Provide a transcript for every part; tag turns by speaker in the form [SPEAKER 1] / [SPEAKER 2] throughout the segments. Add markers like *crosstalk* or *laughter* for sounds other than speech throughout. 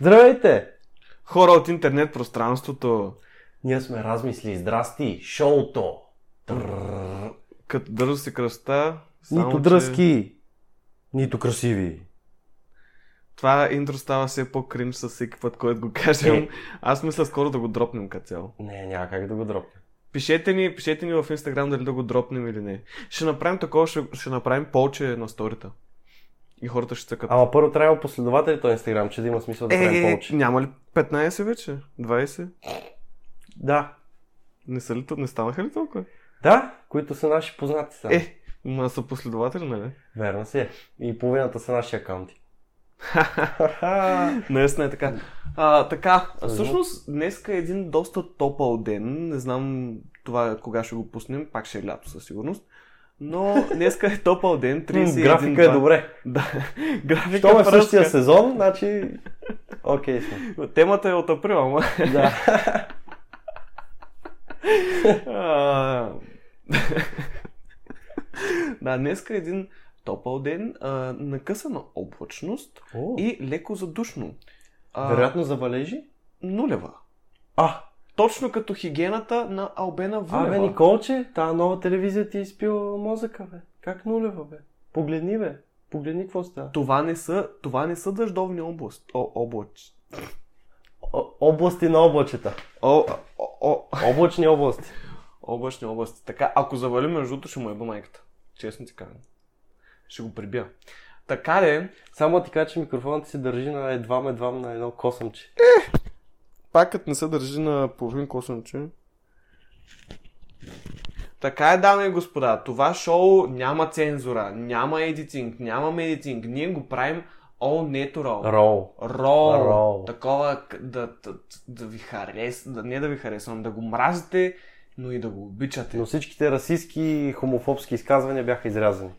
[SPEAKER 1] Здравейте!
[SPEAKER 2] Хора от интернет пространството,
[SPEAKER 1] Ние сме размисли. Здрасти! Шоуто! Трррр.
[SPEAKER 2] като държа се кръста, само
[SPEAKER 1] Нито
[SPEAKER 2] че
[SPEAKER 1] дръзки, нито красиви.
[SPEAKER 2] това интро става все по-крим с всеки път, който го кажем.
[SPEAKER 1] Е.
[SPEAKER 2] Аз мисля скоро да го дропнем като цяло.
[SPEAKER 1] Не, няма как да го дропя.
[SPEAKER 2] Пишете ни, пишете ни в Инстаграм дали да го дропнем или не. Ще направим такова, ще, ще направим повече на сторита. И хората ще цъкат.
[SPEAKER 1] Ама първо трябва последователите на Инстаграм, че да има смисъл да правим
[SPEAKER 2] е,
[SPEAKER 1] повече.
[SPEAKER 2] няма ли 15 вече? 20?
[SPEAKER 1] Да.
[SPEAKER 2] Не, са ли, то- не станаха ли толкова?
[SPEAKER 1] Да, които са наши познати са.
[SPEAKER 2] Е, ма са последователи, нали?
[SPEAKER 1] Верно си е. И половината са наши акаунти. *laughs*
[SPEAKER 2] Наистина е така. А, така,
[SPEAKER 1] Мгм.
[SPEAKER 2] всъщност днеска е един доста топъл ден. Не знам това кога ще го пуснем, пак ще е лято със сигурност. Но днеска е топъл
[SPEAKER 1] *laughs*
[SPEAKER 2] ден, 31
[SPEAKER 1] Графика е
[SPEAKER 2] два-
[SPEAKER 1] добре.
[SPEAKER 2] *laughs* Да, графика
[SPEAKER 1] Щом е
[SPEAKER 2] е
[SPEAKER 1] в същия
[SPEAKER 2] пръска.
[SPEAKER 1] сезон, значи... Окей
[SPEAKER 2] *laughs*
[SPEAKER 1] сме.
[SPEAKER 2] Темата е от
[SPEAKER 1] *laughs*
[SPEAKER 2] април, ама.
[SPEAKER 1] Да.
[SPEAKER 2] А, *laughs* да, днеска е един топъл ден, а, накъсана облачност
[SPEAKER 1] И...
[SPEAKER 2] и леко задушно. А,
[SPEAKER 1] Вероятно завалежи?
[SPEAKER 2] Нулева.
[SPEAKER 1] А,
[SPEAKER 2] Точно като хигиената на Албена Вулева.
[SPEAKER 1] Абе, Николче, тази нова телевизия ти е изпила мозъка, бе. Как нулева, бе? Погледни, бе. Погледни какво става.
[SPEAKER 2] Това не са, това не са дъждовни област, о, облач.
[SPEAKER 1] О- области на облачета.
[SPEAKER 2] О, о, о,
[SPEAKER 1] Облачни области.
[SPEAKER 2] облачни области. Така, ако завалим, между другото, ще му еба майката. Честно ти казвам. Ще го прибия. Така де,
[SPEAKER 1] Само ти кажа, че микрофонът ти се държи на едва едва на едно косъмче.
[SPEAKER 2] пакът не се държи на половин косъмче. Така е, дами и господа, това шоу няма цензура, няма едитинг, нямаме едитинг. Ние го правим all natural.
[SPEAKER 1] Рол.
[SPEAKER 2] Рол,
[SPEAKER 1] Рол.
[SPEAKER 2] такова к- да, да, да ви харес, да, не да ви харесвам, да го мразите, но и да го обичате.
[SPEAKER 1] Но всичките расистски и хомофобски изказвания бяха изрязани.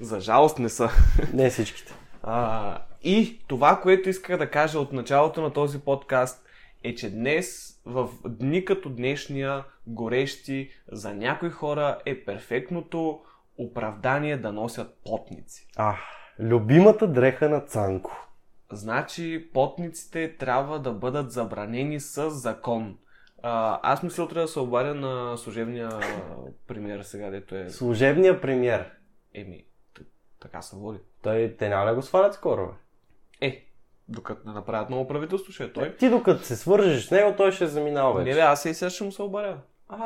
[SPEAKER 2] За жалост не са.
[SPEAKER 1] Не всичките.
[SPEAKER 2] А, и това, което исках да кажа от началото на този подкаст е, че днес, в дни като днешния, горещи, за някои хора е перфектното оправдание да носят потници.
[SPEAKER 1] А, любимата дреха на Цанко.
[SPEAKER 2] Значи потниците трябва да бъдат забранени с закон. А, аз мисля, трябва да се обадя на служебния премиер сега, дето е.
[SPEAKER 1] Служебният премьер.
[SPEAKER 2] Еми, т- така се води.
[SPEAKER 1] Той те няма да го свалят скоро, бе.
[SPEAKER 2] Е, докато не направят ново правителство, ще е той.
[SPEAKER 1] Ти докато се свържеш с него, той ще заминава вече.
[SPEAKER 2] Не бе, аз и сега ще му се обадя.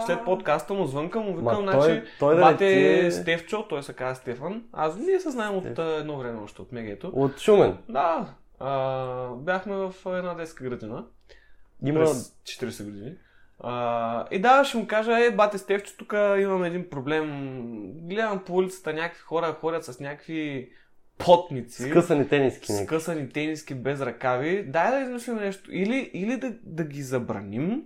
[SPEAKER 2] След подкаста му звънка, му викам, значи,
[SPEAKER 1] той да не
[SPEAKER 2] бате
[SPEAKER 1] ти е...
[SPEAKER 2] Стефчо, той се казва Стефан. Аз ние се знаем от
[SPEAKER 1] Стеф.
[SPEAKER 2] а, едно време още от Мегето.
[SPEAKER 1] От Шумен.
[SPEAKER 2] Да, а, бяхме в една детска градина.
[SPEAKER 1] Има...
[SPEAKER 2] през 40 години. А, и да, ще му кажа, е, бате Стевчо, тук имам един проблем. Гледам по улицата някакви хора ходят с някакви потници.
[SPEAKER 1] Скъсани тениски. някакви.
[SPEAKER 2] скъсани тениски без ръкави. Дай да измислим нещо. Или, или да, да ги забраним,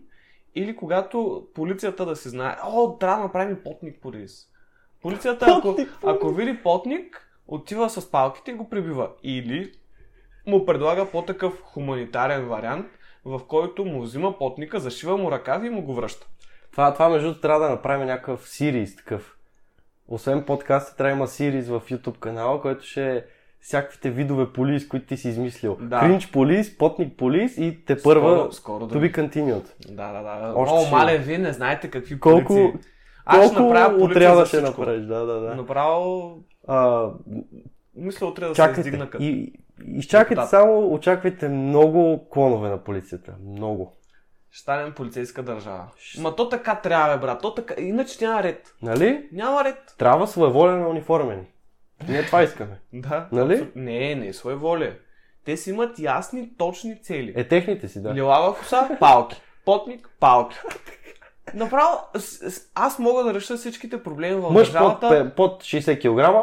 [SPEAKER 2] или когато полицията да си знае, о, трябва да направим и потник по рис. Полицията, ако,
[SPEAKER 1] Потник по рис.
[SPEAKER 2] ако види потник, отива с палките и го прибива. Или му предлага по-такъв хуманитарен вариант, в който му взима потника, зашива му ръкави и му го връща.
[SPEAKER 1] Това, това между другото трябва да направим някакъв сириз такъв. Освен подкаста, трябва да има сириз в YouTube канала, който ще е всякаквите видове полис, които ти си измислил.
[SPEAKER 2] Да.
[SPEAKER 1] Кринч полис, потник полис и те първа
[SPEAKER 2] скоро, скоро да.
[SPEAKER 1] to be continued.
[SPEAKER 2] Да, да, да.
[SPEAKER 1] Още
[SPEAKER 2] Много
[SPEAKER 1] ще-
[SPEAKER 2] мале, вие не знаете какви
[SPEAKER 1] Колко-
[SPEAKER 2] полиции.
[SPEAKER 1] Колко
[SPEAKER 2] полиция
[SPEAKER 1] отряда
[SPEAKER 2] за
[SPEAKER 1] ще
[SPEAKER 2] всичко.
[SPEAKER 1] направиш? Да, да, да.
[SPEAKER 2] Направо
[SPEAKER 1] А,
[SPEAKER 2] Мисля, утре да се
[SPEAKER 1] чакайте.
[SPEAKER 2] издигна като...
[SPEAKER 1] И, изчакайте
[SPEAKER 2] депутат.
[SPEAKER 1] само, очаквайте много клонове на полицията. Много.
[SPEAKER 2] Ще станем полицейска държава.
[SPEAKER 1] Ще-
[SPEAKER 2] Ма то така трябва, бе, брат. То така... Иначе няма ред.
[SPEAKER 1] Нали?
[SPEAKER 2] Няма ред.
[SPEAKER 1] Трябва своеволен на униформени. Ние това искаме.
[SPEAKER 2] Да.
[SPEAKER 1] Нали?
[SPEAKER 2] Абсолютно. Не, не, своеволие. Те си имат ясни, точни цели.
[SPEAKER 1] Е, техните си, да.
[SPEAKER 2] Лилава коса, палки. Потник,
[SPEAKER 1] *laughs*
[SPEAKER 2] палки. Направо, с- с- аз мога да реша всичките проблеми в
[SPEAKER 1] Мъж под,
[SPEAKER 2] държавата.
[SPEAKER 1] пе- под 60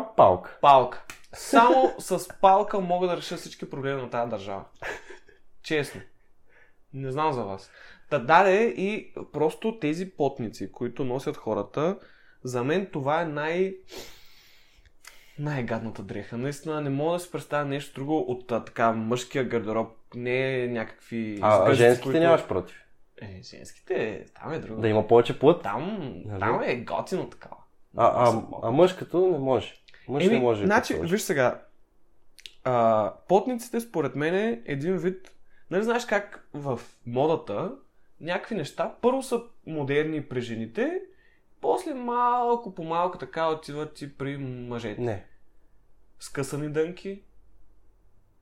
[SPEAKER 1] кг, палка.
[SPEAKER 2] Палка. Само с палка мога да реша всички проблеми на тази държава. Честно. Не знам за вас. Та даде и просто тези потници, които носят хората, за мен това е най... най-гадната дреха. Наистина не мога да си представя нещо друго от а, така мъжкия гардероб. Не е някакви...
[SPEAKER 1] А, а
[SPEAKER 2] сгъзци,
[SPEAKER 1] женските
[SPEAKER 2] които-
[SPEAKER 1] нямаш против.
[SPEAKER 2] Е, женските, там е друго.
[SPEAKER 1] Да има повече плът.
[SPEAKER 2] Там,
[SPEAKER 1] Нали?
[SPEAKER 2] там е готино такава.
[SPEAKER 1] А, а, а мъжкато не може. Мъж
[SPEAKER 2] Еми,
[SPEAKER 1] не може. да
[SPEAKER 2] Значи,
[SPEAKER 1] купуваш.
[SPEAKER 2] виж сега. А, потниците, според мен, е един вид... Нали знаеш как в модата някакви неща първо са модерни при жените, после малко по малко така отиват и при мъжете.
[SPEAKER 1] Не.
[SPEAKER 2] Скъсани дънки.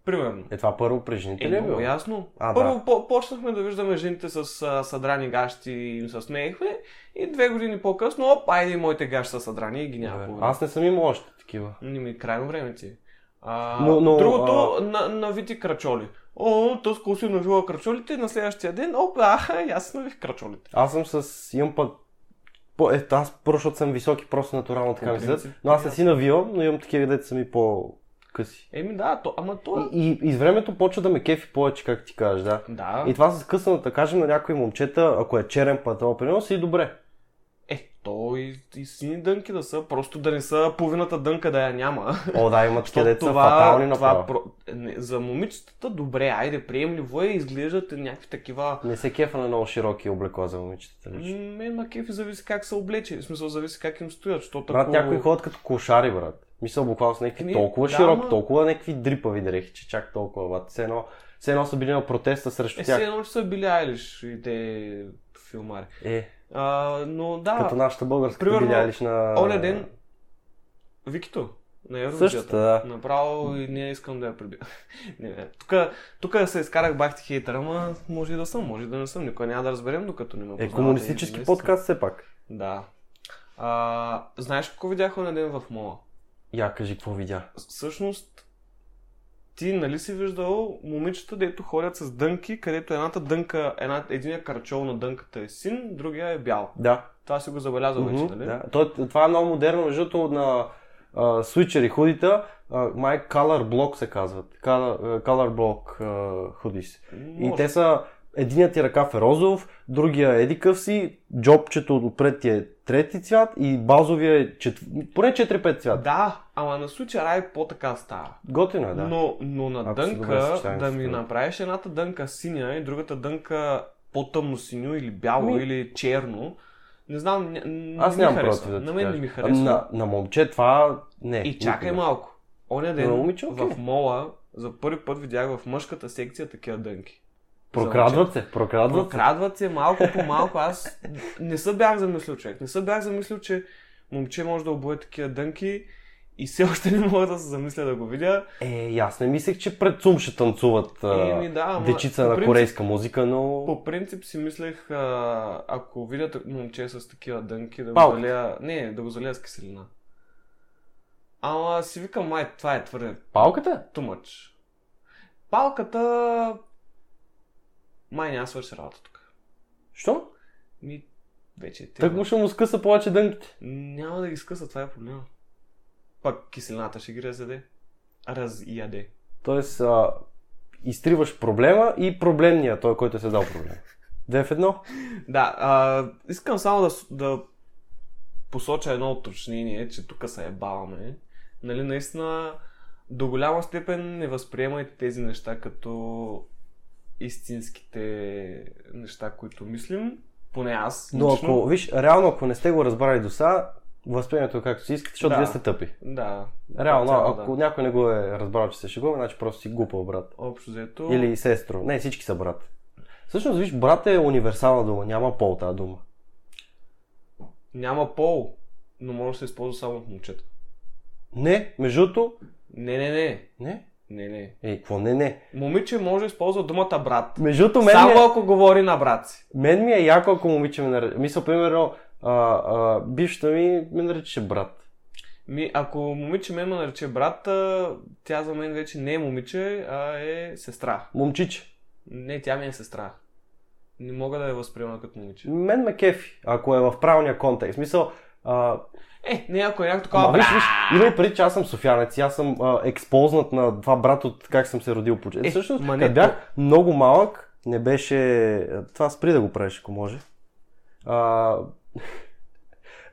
[SPEAKER 2] Примерно.
[SPEAKER 1] Е това първо при жените
[SPEAKER 2] Е,
[SPEAKER 1] ли е
[SPEAKER 2] много
[SPEAKER 1] било?
[SPEAKER 2] ясно.
[SPEAKER 1] А,
[SPEAKER 2] Първо по- почнахме да виждаме жените с а, съдрани гащи и им се смеехме. И две години по-късно, оп, айде и моите гащи са съдрани и ги няма.
[SPEAKER 1] Добре.
[SPEAKER 2] по-
[SPEAKER 1] Аз не съм имал още такива.
[SPEAKER 2] Не ми, крайно време ти. е. А,
[SPEAKER 1] Но- но,
[SPEAKER 2] другото, на, навити крачоли. О, тъско си навила е крачолите, на следващия ден, оп, а, и аз си навих крачолите.
[SPEAKER 1] Аз съм с... Имам пък... По, е, аз първо, защото съм висок и просто натурално така ми
[SPEAKER 2] принцип,
[SPEAKER 1] седят. Но аз не си навивам, но имам такива, дето са ми по-къси.
[SPEAKER 2] Еми да, то, ама то... е,
[SPEAKER 1] И, и, и с времето почва да ме кефи повече, как ти кажеш, да.
[SPEAKER 2] Да,
[SPEAKER 1] И това с късаната, кажем на някои момчета, ако е черен панталон, примерно, си добре.
[SPEAKER 2] е, то и, и сини дънки да са, просто да не са половината дънка да я няма.
[SPEAKER 1] О, да, има
[SPEAKER 2] *laughs* Защото
[SPEAKER 1] такива деца фатални
[SPEAKER 2] това
[SPEAKER 1] направо.
[SPEAKER 2] про... не, за момичетата добре, айде, приемливо е, изглеждат някакви такива...
[SPEAKER 1] Не се кефа на много широки облекла за момичетата.
[SPEAKER 2] М,
[SPEAKER 1] лично.
[SPEAKER 2] Мен на кефи зависи как са облечени, в смисъл зависи как им стоят, защото
[SPEAKER 1] Брат, някои ходят като кошари, брат. Мисля, буквално с някакви
[SPEAKER 2] Еми,
[SPEAKER 1] толкова
[SPEAKER 2] Ами, да,
[SPEAKER 1] широки,
[SPEAKER 2] ама-
[SPEAKER 1] толкова някакви дрипави дрехи, че чак толкова, брат. Все едно, все едно са били на протеста срещу
[SPEAKER 2] Е,
[SPEAKER 1] тях.
[SPEAKER 2] все едно, че са били Айлиш и те филмари.
[SPEAKER 1] Е,
[SPEAKER 2] А, но да,
[SPEAKER 1] като нашата българска
[SPEAKER 2] примерно,
[SPEAKER 1] видялиш на...
[SPEAKER 2] оня ден Викито на
[SPEAKER 1] Същата,
[SPEAKER 2] Евровизията.
[SPEAKER 1] да. Е,
[SPEAKER 2] Направо и не искам да я прибия. *laughs* не, не. Тук, тук се изкарах бахти хейтъра, ама може и да съм, може и да не съм. Никой няма да разберем, докато не ме
[SPEAKER 1] Е,
[SPEAKER 2] познавате.
[SPEAKER 1] комунистически
[SPEAKER 2] Наистина.
[SPEAKER 1] подкаст все пак.
[SPEAKER 2] Да. А, знаеш какво видях оня ден в мола?
[SPEAKER 1] Я, кажи, какво видя?
[SPEAKER 2] С- Всъщност, ти нали си виждал момичета, дето ходят с дънки, където едната дънка, една, единия карчол на дънката е син, другия е бял.
[SPEAKER 1] Да.
[SPEAKER 2] Това си го забелязал вече,
[SPEAKER 1] Мгм,
[SPEAKER 2] нали?
[SPEAKER 1] да. Той- това е много модерно, между другото, на а, свичери худите, май Color Block се казват. Color, а, color Block а, худис. И
[SPEAKER 2] Може.
[SPEAKER 1] те са, единият ти ръкав е розов, другия е едикъв си, джобчето отпред ти е трети цвят и базовия е четв... поне 4-5 цвят.
[SPEAKER 2] Да, ама на случай рай по-така става.
[SPEAKER 1] Готино е, да.
[SPEAKER 2] Но, но на
[SPEAKER 1] Ако си добре
[SPEAKER 2] дънка,
[SPEAKER 1] съчетаем
[SPEAKER 2] да
[SPEAKER 1] с
[SPEAKER 2] ми
[SPEAKER 1] това.
[SPEAKER 2] направиш едната дънка синя и другата дънка по-тъмно синьо или бяло
[SPEAKER 1] Ми-
[SPEAKER 2] или черно, не знам, ня- н-
[SPEAKER 1] Ами- Аз
[SPEAKER 2] не ми
[SPEAKER 1] нямам
[SPEAKER 2] харесва.
[SPEAKER 1] против да ти
[SPEAKER 2] На мен не
[SPEAKER 1] кажа. Ами
[SPEAKER 2] ми харесва.
[SPEAKER 1] На, на момче това не.
[SPEAKER 2] И чакай
[SPEAKER 1] никога.
[SPEAKER 2] малко. Оня ден
[SPEAKER 1] На момиче, окей.
[SPEAKER 2] в мола за първи път видях в мъжката секция такива дънки.
[SPEAKER 1] Прокрадват се, прокрадват се.
[SPEAKER 2] Прокрадват се малко по малко. Аз не се бях замислил, човек. Не се бях замислил, че момче може да обуе такива дънки и все още не мога да се замисля да го видя.
[SPEAKER 1] Е, и аз не мислех, че пред Сум ще танцуват а,
[SPEAKER 2] Еми, да, ама
[SPEAKER 1] дечица
[SPEAKER 2] по
[SPEAKER 1] на
[SPEAKER 2] принцип-
[SPEAKER 1] корейска музика, но...
[SPEAKER 2] По принцип си мислех, а, ако видя так- момче с такива дънки, да го
[SPEAKER 1] Палката.
[SPEAKER 2] залия... Не, да го залия с киселина. Ама си викам, май, това е твърде
[SPEAKER 1] Палката?
[SPEAKER 2] too much. Палката... Май няма свърши работа тук.
[SPEAKER 1] Що?
[SPEAKER 2] Ми, вече е
[SPEAKER 1] Так
[SPEAKER 2] тема.
[SPEAKER 1] му ще му скъса повече дънките.
[SPEAKER 2] Няма да ги скъса, това е проблема. Пак киселината ще ги разяде. Разяде.
[SPEAKER 1] Тоест, а, изтриваш проблема и проблемния, той, който е създал проблема. Две в едно.
[SPEAKER 2] Да, а, искам само да, с- да посоча едно уточнение, че тук се ебаваме. Нали, наистина, до голяма степен не възприемайте тези неща като истинските неща, които мислим. Поне аз.
[SPEAKER 1] Но
[SPEAKER 2] лично.
[SPEAKER 1] ако, виж, реално, ако не сте го разбрали до сега, възприемете го както си искате, защото
[SPEAKER 2] Да.
[SPEAKER 1] вие сте тъпи.
[SPEAKER 2] Да.
[SPEAKER 1] Реално,
[SPEAKER 2] Цяло,
[SPEAKER 1] ако
[SPEAKER 2] Да.
[SPEAKER 1] някой не го е разбрал, че се шегува, значи просто си глупа, брат.
[SPEAKER 2] Общо взето.
[SPEAKER 1] Или сестро. Не, всички са брат. Всъщност, виж, брат е универсална дума, няма пол тази дума.
[SPEAKER 2] Няма пол, но може да се използва само от момчета.
[SPEAKER 1] Не, между другото,
[SPEAKER 2] Не, не, не.
[SPEAKER 1] не.
[SPEAKER 2] Не, не.
[SPEAKER 1] Ей, какво не, не.
[SPEAKER 2] Момиче може да използва думата брат.
[SPEAKER 1] Между другото, мен, ми
[SPEAKER 2] Само
[SPEAKER 1] е,
[SPEAKER 2] ако говори на брат си.
[SPEAKER 1] мен ми е яко, ако момиче ме нарече. Мисля, примерно, а, а, бившата ми ме наречеше брат.
[SPEAKER 2] Ми, ако момиче ме ме нарече брат, а, тя за мен вече не е момиче, а е сестра.
[SPEAKER 1] Момчиче.
[SPEAKER 2] Не, тя ми е сестра. Не мога да я възприема като момиче.
[SPEAKER 1] Мен ме кефи, ако е в правилния контекст. Мисъл, а,
[SPEAKER 2] Е, не, ако е някакво такова...
[SPEAKER 1] Ама, виж,
[SPEAKER 2] брат!
[SPEAKER 1] виж, има и преди, че аз съм софиянец и аз съм а, експознат на два брата от как съм се родил. Е,
[SPEAKER 2] Е,
[SPEAKER 1] Всъщност,
[SPEAKER 2] ма не,
[SPEAKER 1] като бях много малък, не беше... Това спри да го правиш, ако може. А... *laughs*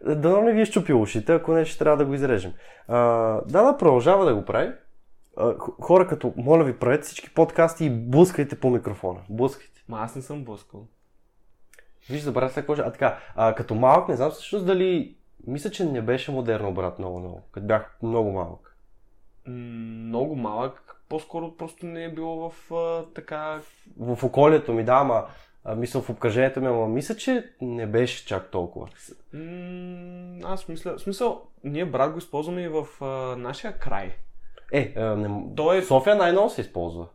[SPEAKER 1] Дано не ви е щупил ушите, ако не ще трябва да го изрежем. А, да, да, продължава да го прави. А, х- хора като, моля ви, правете всички подкасти и блъскайте по микрофона. Блъскайте.
[SPEAKER 2] Ма аз не съм блъскал.
[SPEAKER 1] Виж, забравя сега какво ще... А така, а, като малък, не знам всъщност дали... Мисля, че не беше модерно, брат, много-много. Като бях много малък.
[SPEAKER 2] М, Много малък. по-скоро просто не е било в а, така...
[SPEAKER 1] В околието ми, да, ама а, мисля в обкръжението ми, ама мисля, че не беше чак толкова.
[SPEAKER 2] М- аз мисля... В смисъл, ние брат го използваме и в а, нашия край.
[SPEAKER 1] Е, а, не,
[SPEAKER 2] Той е...
[SPEAKER 1] София най-ново се използва.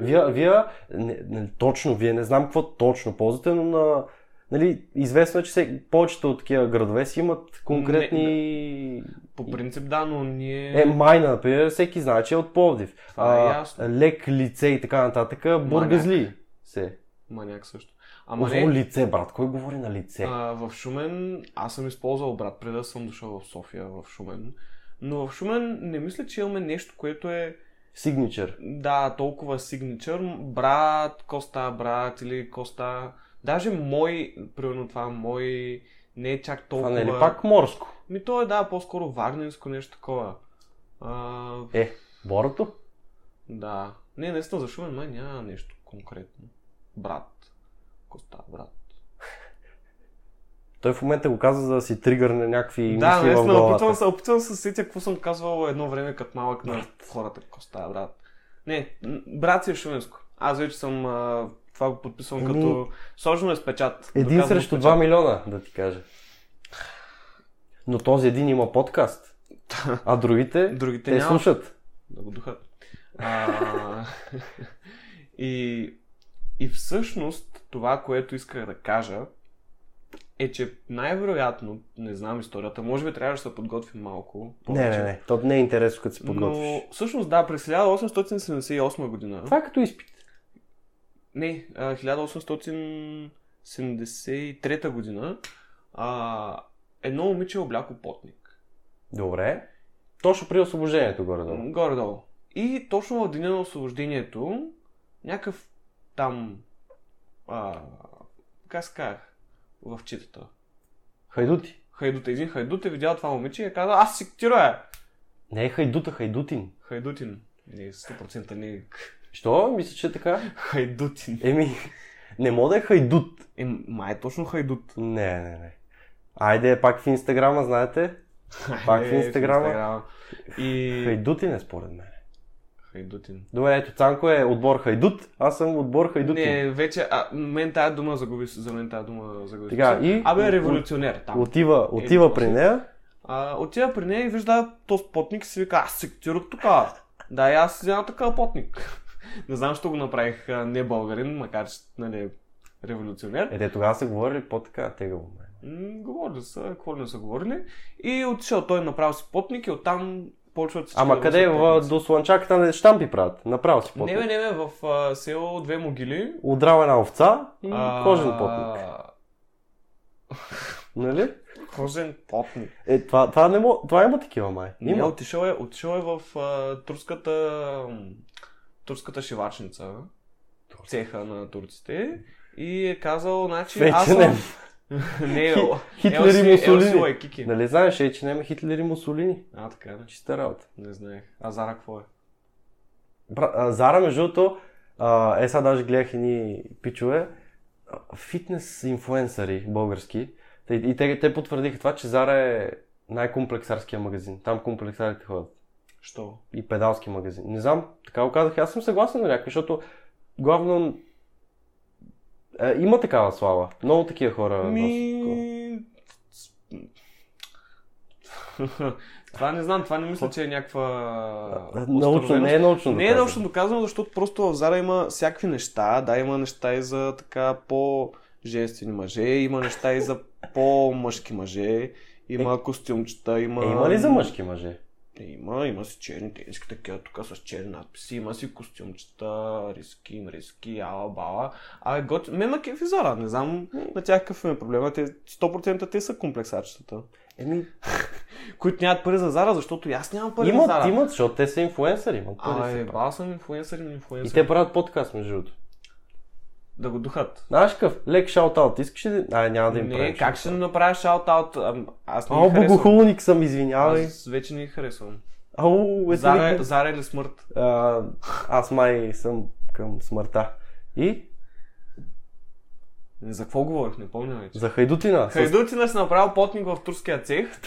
[SPEAKER 1] Вие, вие не, не, точно, вие не знам какво точно ползвате, но на, нали, известно е, че се, повечето от такива градове си имат конкретни...
[SPEAKER 2] По принцип да, но ние...
[SPEAKER 1] Е, майна, например, всеки знае, че е от Пловдив.
[SPEAKER 2] Това е ясно.
[SPEAKER 1] лек лице и така нататък, бургазли се.
[SPEAKER 2] Маняк също. Ама
[SPEAKER 1] Ама
[SPEAKER 2] не,
[SPEAKER 1] лице, брат, кой говори на лице?
[SPEAKER 2] А, в Шумен аз съм използвал брат, преди да съм дошъл в София в Шумен. Но в Шумен не мисля, че имаме нещо, което е
[SPEAKER 1] Сигничър.
[SPEAKER 2] да, толкова сигничър. Брат, Коста, брат или Коста. Даже мой, примерно това мой, не е чак
[SPEAKER 1] Това
[SPEAKER 2] толкова.
[SPEAKER 1] не е ли пак морско?
[SPEAKER 2] Ми то е да, по-скоро варненско нещо такова. А,
[SPEAKER 1] Е, борото?
[SPEAKER 2] да. Не, наистина за Шумен май няма нещо конкретно. Брат. Коста, брат.
[SPEAKER 1] Той в момента го казва, за да си тригърне някакви
[SPEAKER 2] да,
[SPEAKER 1] мисли в
[SPEAKER 2] наистина,
[SPEAKER 1] главата.
[SPEAKER 2] опитвам се, опитвам се да се сетя какво съм казвал едно време като малък на хората, какво става, брат. Не, м, брат си е шуменско. Аз вече съм, а, това го подписвам
[SPEAKER 1] Еми,
[SPEAKER 2] като сложно е с печат.
[SPEAKER 1] Ами, Един
[SPEAKER 2] Доказано
[SPEAKER 1] срещу
[SPEAKER 2] с
[SPEAKER 1] 2 милиона, да ти кажа. Но този един има подкаст,
[SPEAKER 2] печат.
[SPEAKER 1] а другите
[SPEAKER 2] Другите
[SPEAKER 1] те
[SPEAKER 2] няма.
[SPEAKER 1] слушат.
[SPEAKER 2] Да го духат. А, *laughs* и, и всъщност това, което исках да кажа, е, че най-вероятно, не знам историята, може би трябваше да се подготвим малко.
[SPEAKER 1] Не, не, не. То не е интересно, като се подготвиш.
[SPEAKER 2] Но всъщност да, през 1878 година.
[SPEAKER 1] Това е като изпит.
[SPEAKER 2] Не, а, 1873 година а, едно момиче е обляко потник.
[SPEAKER 1] Добре. Точно при освобождението горе
[SPEAKER 2] Горе-долу. И точно в деня на освобождението някакъв там а, как се казах, в читата.
[SPEAKER 1] Хайдути.
[SPEAKER 2] Хайдут, един хайдут е видял това момиче и е казал, аз си ктира е!
[SPEAKER 1] Не е хайдута, хайдутин.
[SPEAKER 2] Хайдутин. Не, 100% не е
[SPEAKER 1] Що? Мисля, че е така.
[SPEAKER 2] хайдутин.
[SPEAKER 1] Еми, *laughs* не мога да е хайдут.
[SPEAKER 2] Е, май е точно хайдут.
[SPEAKER 1] Не, не, не. Айде, пак в Инстаграма, знаете. Пак в
[SPEAKER 2] Е,
[SPEAKER 1] Инстаграма.
[SPEAKER 2] И...
[SPEAKER 1] Хайдутин е според мен.
[SPEAKER 2] Хайдутин.
[SPEAKER 1] Добре, ето Цанко е отбор Хайдут, аз съм отбор Хайдутин.
[SPEAKER 2] Не, вече, а, мен тая дума загуби, за мен тая дума загуби.
[SPEAKER 1] Така, и-
[SPEAKER 2] Абе, революционер там.
[SPEAKER 1] Отива, отива
[SPEAKER 2] Еди,
[SPEAKER 1] при
[SPEAKER 2] какво си?
[SPEAKER 1] нея.
[SPEAKER 2] А, отива при нея и вижда този потник и си вика, аз се ктират тук. а. Да, и аз взема такъв потник. *laughs* не знам, що го направих а, не българин, макар че, нали, революционер.
[SPEAKER 1] Е, те тогава са говорили по-така тегаво. май.
[SPEAKER 2] М, Говорили са, какво ли не са говорили. И отишъл той направил си потник и оттам почват всички
[SPEAKER 1] Ама
[SPEAKER 2] да
[SPEAKER 1] къде е
[SPEAKER 2] носят
[SPEAKER 1] в,
[SPEAKER 2] потници.
[SPEAKER 1] до Слънчаката не штампи правят? Направо си
[SPEAKER 2] Не,
[SPEAKER 1] потник.
[SPEAKER 2] бе, не, бе, в а, село Две могили.
[SPEAKER 1] Удрал една овца и
[SPEAKER 2] а,
[SPEAKER 1] кожен потник. Нали?
[SPEAKER 2] Кожен потник.
[SPEAKER 1] Е, това, това, не мо... това има такива май.
[SPEAKER 2] Не,
[SPEAKER 1] Има.
[SPEAKER 2] отишъл е, отишъл е в а, турската, м, турската шивачница, цеха на турците и е казал, значи аз
[SPEAKER 1] Вече не.
[SPEAKER 2] съм...
[SPEAKER 1] *laughs*
[SPEAKER 2] *laughs* не,
[SPEAKER 1] Хи-
[SPEAKER 2] Ел-
[SPEAKER 1] Хитлер
[SPEAKER 2] Елси-
[SPEAKER 1] и Мусолини.
[SPEAKER 2] Елси Лайкики.
[SPEAKER 1] Нали знаеш, е, че няма Хитлер и Мусолини.
[SPEAKER 2] А, така не,
[SPEAKER 1] Чиста работа.
[SPEAKER 2] не знаех. А Зара какво е?
[SPEAKER 1] Бра... а, Зара, между другото, а, е сега даже гледах едни пичове, а, фитнес инфуенсъри български. Те- И те, те потвърдиха това, че Зара е най-комплексарския магазин. Там комплексарите ходят.
[SPEAKER 2] Що?
[SPEAKER 1] и педалски магазин. Не знам, така го казах. Аз съм съгласен на някакъв, защото главно е, има такава слава. Много такива хора. носят такова.
[SPEAKER 2] Ми... *laughs* това не знам, това не мисля, че е някаква...
[SPEAKER 1] А, Научно, не е научно.
[SPEAKER 2] Не е
[SPEAKER 1] доказано.
[SPEAKER 2] научно доказано, защото просто в Зара има всякакви неща. Да, има неща и за така по-женствени мъже, има неща и за по-мъжки мъже, има костюмчета, има...
[SPEAKER 1] Е, има ли за мъжки мъже?
[SPEAKER 2] Е, Има, има си черни тениски, такива тук с черни надписи, има си костюмчета, риски, риски, ала, бала. А готи... Мен на кефи Зара, не знам на тях какъв им е проблема. Те, 100% те са комплексарчетата,
[SPEAKER 1] Еми,
[SPEAKER 2] които нямат пари за Зара, защото и аз нямам пари за
[SPEAKER 1] имат,
[SPEAKER 2] Зара.
[SPEAKER 1] имат, защото те са инфуенсъри. Имат
[SPEAKER 2] А,
[SPEAKER 1] пари
[SPEAKER 2] е,
[SPEAKER 1] са.
[SPEAKER 2] бал съм инфуенсър или
[SPEAKER 1] И
[SPEAKER 2] инфуенсър.
[SPEAKER 1] те правят подкаст, между другото.
[SPEAKER 2] Да го духат.
[SPEAKER 1] Знаеш какъв? Лек шаутаут. Искаш ли? да- А, няма да им
[SPEAKER 2] Не,
[SPEAKER 1] правиш.
[SPEAKER 2] как ще направиш шаутаут? Ам, Аз не
[SPEAKER 1] Ау,
[SPEAKER 2] ги харесвам.
[SPEAKER 1] богохулник съм, извинявай.
[SPEAKER 2] Аз вече не ги харесвам.
[SPEAKER 1] Ау, ето
[SPEAKER 2] Зара,
[SPEAKER 1] ми...
[SPEAKER 2] Зара или смърт?
[SPEAKER 1] А, Аз май съм към смъртта. И?
[SPEAKER 2] За какво говорих? Не помня вече.
[SPEAKER 1] За хайдутина. С
[SPEAKER 2] Хайдутина си направил потник в турския цех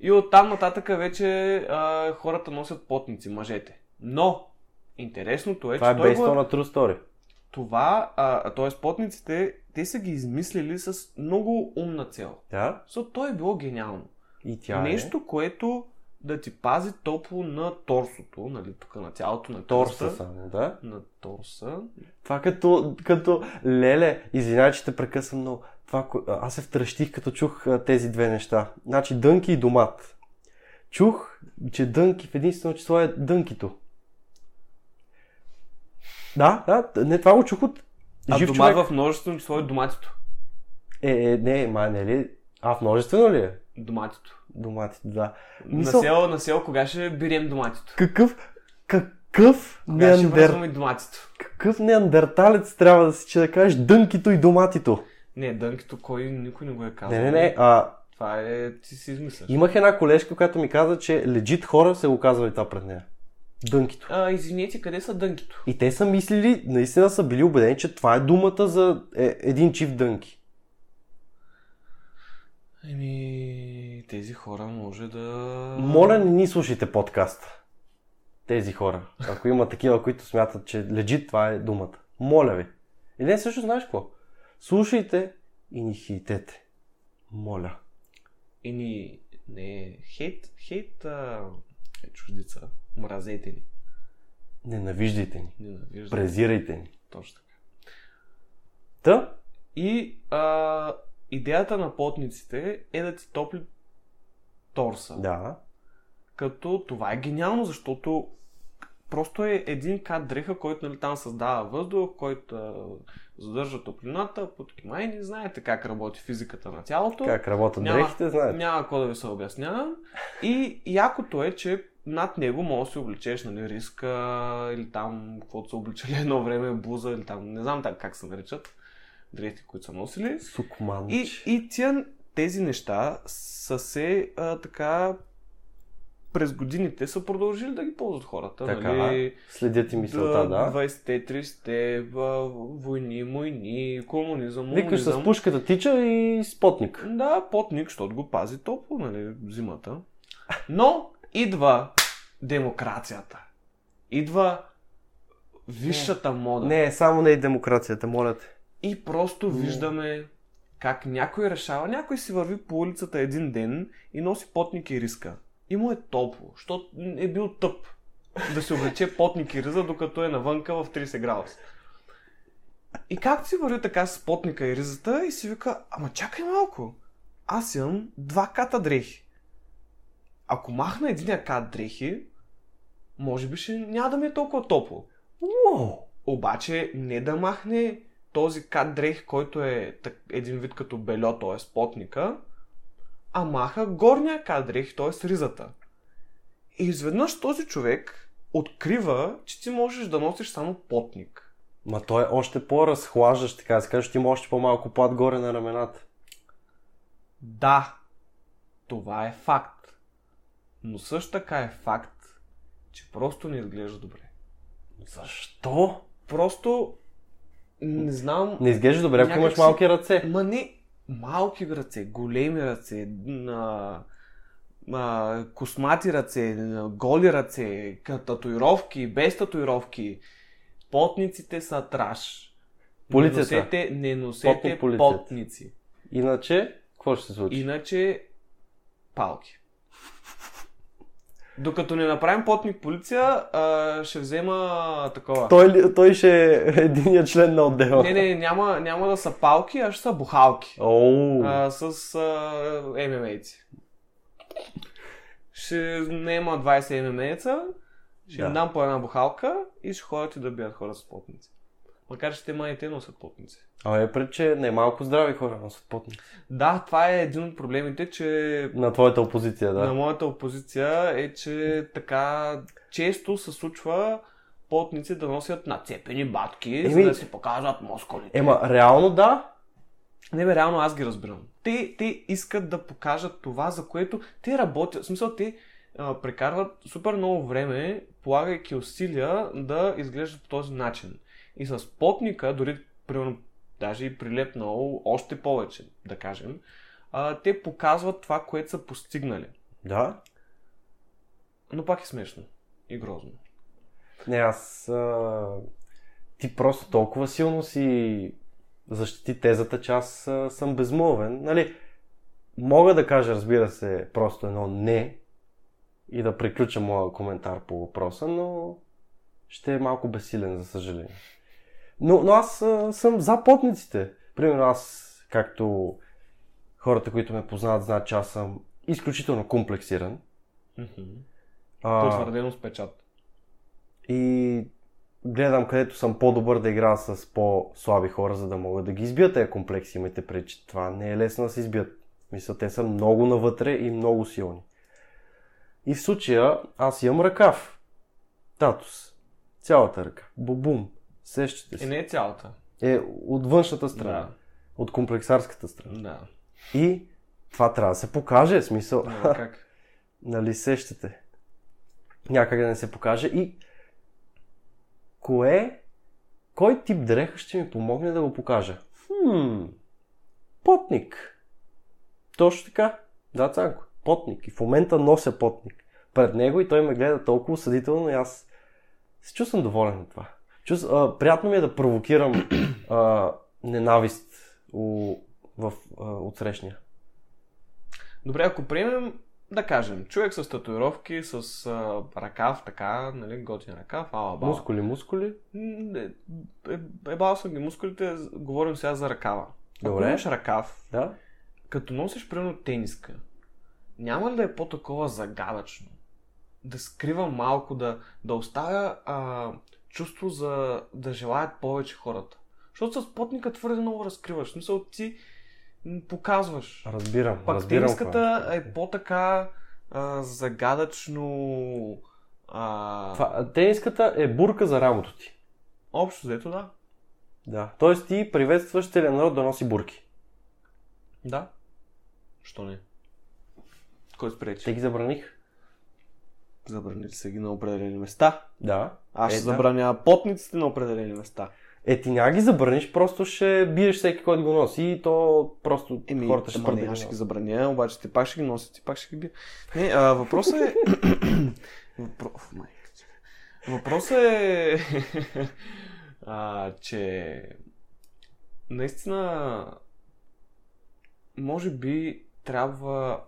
[SPEAKER 2] и оттам нататък вече а, хората носят потници, мъжете. Но Интересното е,
[SPEAKER 1] Това
[SPEAKER 2] че
[SPEAKER 1] е
[SPEAKER 2] той
[SPEAKER 1] based
[SPEAKER 2] го е
[SPEAKER 1] on a true story.
[SPEAKER 2] Това, а, а, т.е. потниците, те са ги измислили с много умна цел.
[SPEAKER 1] Да.
[SPEAKER 2] Защото то е било гениално.
[SPEAKER 1] И тя е.
[SPEAKER 2] Нещо, което да ти пази топло на торсото, нали, тук на тялото, на
[SPEAKER 1] Торса
[SPEAKER 2] кръста,
[SPEAKER 1] само, да.
[SPEAKER 2] На торса.
[SPEAKER 1] Това като, като леле, извинявай, че те прекъсвам, но това, ко- аз се втръщих като чух а, тези две неща. Значи дънки и домат. Чух, че дънки в единствено число е дънкито. Да, да, не, това го чух от
[SPEAKER 2] А
[SPEAKER 1] жив
[SPEAKER 2] дома
[SPEAKER 1] човек.
[SPEAKER 2] в множествено число е доматито.
[SPEAKER 1] Е, е, не, ма, не ли? А, в множествено ли е?
[SPEAKER 2] Доматито.
[SPEAKER 1] Доматите, да.
[SPEAKER 2] На,
[SPEAKER 1] Мисъл-
[SPEAKER 2] село, на село кога ще берем доматито?
[SPEAKER 1] Какъв, какъв
[SPEAKER 2] Кога ще
[SPEAKER 1] неандер...
[SPEAKER 2] връзваме доматито?
[SPEAKER 1] Какъв неандерталец трябва да си, че да кажеш дънкито и доматито?
[SPEAKER 2] Не, дънкито кой никой не го е казал.
[SPEAKER 1] Не, не, не, а
[SPEAKER 2] Това е, ти си измисляш.
[SPEAKER 1] Имах една колежка, която ми каза, че лежит хора се го казвали това пред нея. Дънкито.
[SPEAKER 2] А, извинете, къде са дънкито?
[SPEAKER 1] И те са мислили, наистина са били убедени, че това е думата за е, един чифт дънки.
[SPEAKER 2] Еми, тези хора може да...
[SPEAKER 1] Моля, не ни слушайте подкаста. Тези хора. Ако има такива, които смятат, че лежит това е думата. Моля ви. И не също знаеш какво? Слушайте и ни хейтете. Моля.
[SPEAKER 2] Еми, не, хейт, хейт, а... е чуждица. Мразете ни.
[SPEAKER 1] Ненавиждайте ни.
[SPEAKER 2] Ненавиждам.
[SPEAKER 1] Презирайте ни.
[SPEAKER 2] Точно така.
[SPEAKER 1] Та,
[SPEAKER 2] И а, идеята на потниците е да ти топли торса.
[SPEAKER 1] да.
[SPEAKER 2] Като това е гениално, защото просто е един кат дреха, който нали, там създава въздух, който а, задържа топлината, подкима и не знаете как работи физиката на тялото.
[SPEAKER 1] Как работят
[SPEAKER 2] Няма.
[SPEAKER 1] дрехите, знаете.
[SPEAKER 2] Няма какво да ви се обяснявам. И якото е, че над него може да си облечеш нали, риска или там, каквото са обличали едно време, буза или там, не знам так, как се наричат дрехите, които са носили.
[SPEAKER 1] Сукманче.
[SPEAKER 2] И, и тия, тези неща са се а, така през годините са продължили да ги ползват хората.
[SPEAKER 1] Така,
[SPEAKER 2] нали?
[SPEAKER 1] Следят и мисълта, да.
[SPEAKER 2] 20-те, 30-те, в- войни, войни, комунизъм,
[SPEAKER 1] Викаш с
[SPEAKER 2] комунизъм.
[SPEAKER 1] пушката тича и спотник.
[SPEAKER 2] Да, потник, защото го пази топло, нали, зимата. Но идва демокрацията. Идва висшата мода.
[SPEAKER 1] Не, само не и демокрацията, моля те.
[SPEAKER 2] И просто
[SPEAKER 1] Не.
[SPEAKER 2] виждаме как някой решава, някой си върви по улицата един ден и носи потник и риска. И му е топло, защото е бил тъп да се облече потник и риза, докато е навънка в 30 градуса. И както си върви така с потника и ризата и си вика, ама чакай малко, аз имам два ката дрехи. Ако махна единия кат дрехи, може би ще няма да ми е толкова топло.
[SPEAKER 1] Уау!
[SPEAKER 2] Обаче не да махне този кат дрейх, който е так, един вид като бельо, т.е. потника, а маха горния кат дрейх, т.е. ризата. И изведнъж този човек открива, че ти можеш да носиш само потник.
[SPEAKER 1] Ма той е още по-разхлаждащ, така да се каже, ще има още по-малко плат горе на рамената.
[SPEAKER 2] Да, това е факт. Но също така е факт, че просто не изглежда добре.
[SPEAKER 1] Защо?
[SPEAKER 2] Просто не знам...
[SPEAKER 1] Не изглежда добре, ако
[SPEAKER 2] Някак
[SPEAKER 1] имаш
[SPEAKER 2] си-
[SPEAKER 1] малки ръце.
[SPEAKER 2] Ма не, малки ръце, големи ръце, на, а, космати ръце, на голи ръце, ка- татуировки, без татуировки. Потниците са траш.
[SPEAKER 1] По
[SPEAKER 2] Не
[SPEAKER 1] лицата.
[SPEAKER 2] носете, не носете
[SPEAKER 1] Потник по лицата.
[SPEAKER 2] потници.
[SPEAKER 1] Иначе, какво ще се случи?
[SPEAKER 2] Иначе палки. Докато не направим потник полиция, а, ще взема такова.
[SPEAKER 1] Той, ли- той ще е единият член на отдела.
[SPEAKER 2] Не, не, няма, няма да са палки, а ще са бухалки.
[SPEAKER 1] Оу,
[SPEAKER 2] а, с а, ММА-ци. Ще нема 20 ММА-ца, ще
[SPEAKER 1] Да.
[SPEAKER 2] им дам по една бухалка и ще ходят и да бият хора с потници. Макар че те май и те носят потници.
[SPEAKER 1] а е пред, че не малко здрави хора носят потни.
[SPEAKER 2] Да, това е един от проблемите, че
[SPEAKER 1] На твоята опозиция,
[SPEAKER 2] да. на
[SPEAKER 1] да.
[SPEAKER 2] моята опозиция е, че така често се случва потници да носят нацепени батки, за
[SPEAKER 1] Еми-
[SPEAKER 2] да си показват мускулите.
[SPEAKER 1] Ема, реално да,
[SPEAKER 2] Не бе, реално аз ги разбирам. Те, те искат да покажат това, за което те работят. В смисъл, те а, прекарват супер много време, полагайки усилия да изглеждат по този начин. И с потника, дори примерно, даже и прилепнал още повече, да кажем, а, те показват това, което са постигнали.
[SPEAKER 1] да.
[SPEAKER 2] Но пак е смешно и грозно.
[SPEAKER 1] Не, аз... А... Ти просто толкова силно си защити тезата, че аз а, съм безмолвен. Нали, мога да кажа, разбира се, просто едно не и да приключа моя коментар по въпроса, но ще е малко безсилен, за съжаление. Но, но аз а, съм за потниците. Примерно аз, както хората, които ме познават, знаят, че аз съм изключително комплексиран.
[SPEAKER 2] Мгм.
[SPEAKER 1] А,
[SPEAKER 2] Потвърдено с печат.
[SPEAKER 1] и гледам където съм по-добър да игра с по-слаби хора, за да могат да ги избият тези комплекси. Имайте пред, че това не е лесно да се избият. Мисля, те са много навътре и много силни. И в случая аз имам ръкав. Татус. Цялата ръка. Бубум. Сещате
[SPEAKER 2] И
[SPEAKER 1] се.
[SPEAKER 2] не е цялата.
[SPEAKER 1] Е, от външната страна.
[SPEAKER 2] Да.
[SPEAKER 1] От комплексарската страна.
[SPEAKER 2] Да.
[SPEAKER 1] И това трябва да се покаже. в Смисъл.
[SPEAKER 2] Няма как.
[SPEAKER 1] нали сещате, някъде не се покаже и кое, кой тип дреха ще ми помогне да го покажа? Хм, потник. Точно така. Да, Цанко, потник. И в момента нося потник пред него и той ме гледа толкова съдително и аз се чувствам доволен от това. Чувств... А, приятно ми е да провокирам а, ненавист у, в, а, отсрещния.
[SPEAKER 2] Добре, ако приемем, да кажем, човек с татуировки, с а, ръкав, така, нали, готин ръкав, ала бала.
[SPEAKER 1] Мускули, мускули.
[SPEAKER 2] М, е- е- Ебал съм ги мускулите, з- говорим сега за ръкава.
[SPEAKER 1] Добре.
[SPEAKER 2] Ако имаш ръкав,
[SPEAKER 1] Да.
[SPEAKER 2] като носиш примерно тениска, няма ли да е по-такова загадъчно? Да скрива малко, да, да оставя а, чувство за да желаят повече хората. Защото с потника твърде много разкриваш. В Смисъл ти м, показваш.
[SPEAKER 1] Разбирам.
[SPEAKER 2] Пак
[SPEAKER 1] разбирам
[SPEAKER 2] тениската
[SPEAKER 1] какво.
[SPEAKER 2] е по-така а, загадъчно... А,
[SPEAKER 1] Това, тениската е бурка за работа ти.
[SPEAKER 2] Общо взето, да.
[SPEAKER 1] Да. Тоест ти приветстваш целият народ да носи бурки.
[SPEAKER 2] Да. Що не? Кой спречи?
[SPEAKER 1] Те ги забраних.
[SPEAKER 2] Забранили са ги на определени места.
[SPEAKER 1] Да.
[SPEAKER 2] Аз
[SPEAKER 1] Е,
[SPEAKER 2] ще
[SPEAKER 1] да.
[SPEAKER 2] забраня потниците на определени места.
[SPEAKER 1] Е, ти няма ги забраниш, просто ще биеш всеки, който го носи и то просто
[SPEAKER 2] Еми,
[SPEAKER 1] хората ще
[SPEAKER 2] ама не,
[SPEAKER 1] пърдят.
[SPEAKER 2] аз ще ги забраня, обаче ти пак ще ги носят, ти пак ще ги бия. Не, а, въпросът е... *coughs* Въпро... Оф, майка ти. Въпросът е... *laughs* а, че... Наистина... Може би трябва...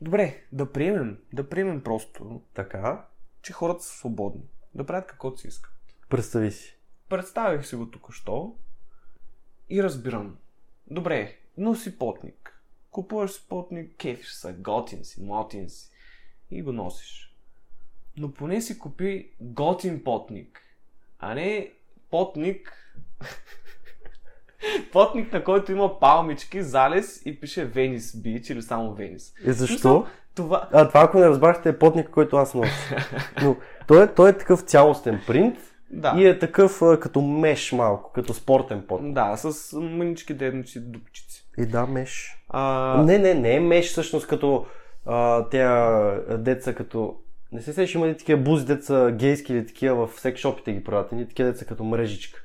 [SPEAKER 2] Добре, да приемем. Да приемем просто,
[SPEAKER 1] Така.
[SPEAKER 2] че хората са свободни. Да правят каквото си искат.
[SPEAKER 1] Представи си.
[SPEAKER 2] Представих си го току-що и разбирам. Добре, но си потник. Купуваш си потник, кефиш са, готин си, мотин си и го носиш. Но поне си купи готин потник, а не потник... *laughs* потник, на който има палмички, залез и пише Венис Бич или само Венис.
[SPEAKER 1] Е, защо?
[SPEAKER 2] Това...
[SPEAKER 1] А, това, ако не разбрахте, е потник, който аз
[SPEAKER 2] *laughs*
[SPEAKER 1] нося. Но той е, той е такъв цялостен принт
[SPEAKER 2] Да.
[SPEAKER 1] и е такъв а, като меш малко, като спортен потник.
[SPEAKER 2] Да, с мънички дебничи дупчици.
[SPEAKER 1] И да, меш.
[SPEAKER 2] А...
[SPEAKER 1] Не, не, не е меш всъщност като а, тя деца като... Не се сещаш, има ли такива бузи деца гейски или такива в секшопите ги правят, ни такива деца като мрежичка.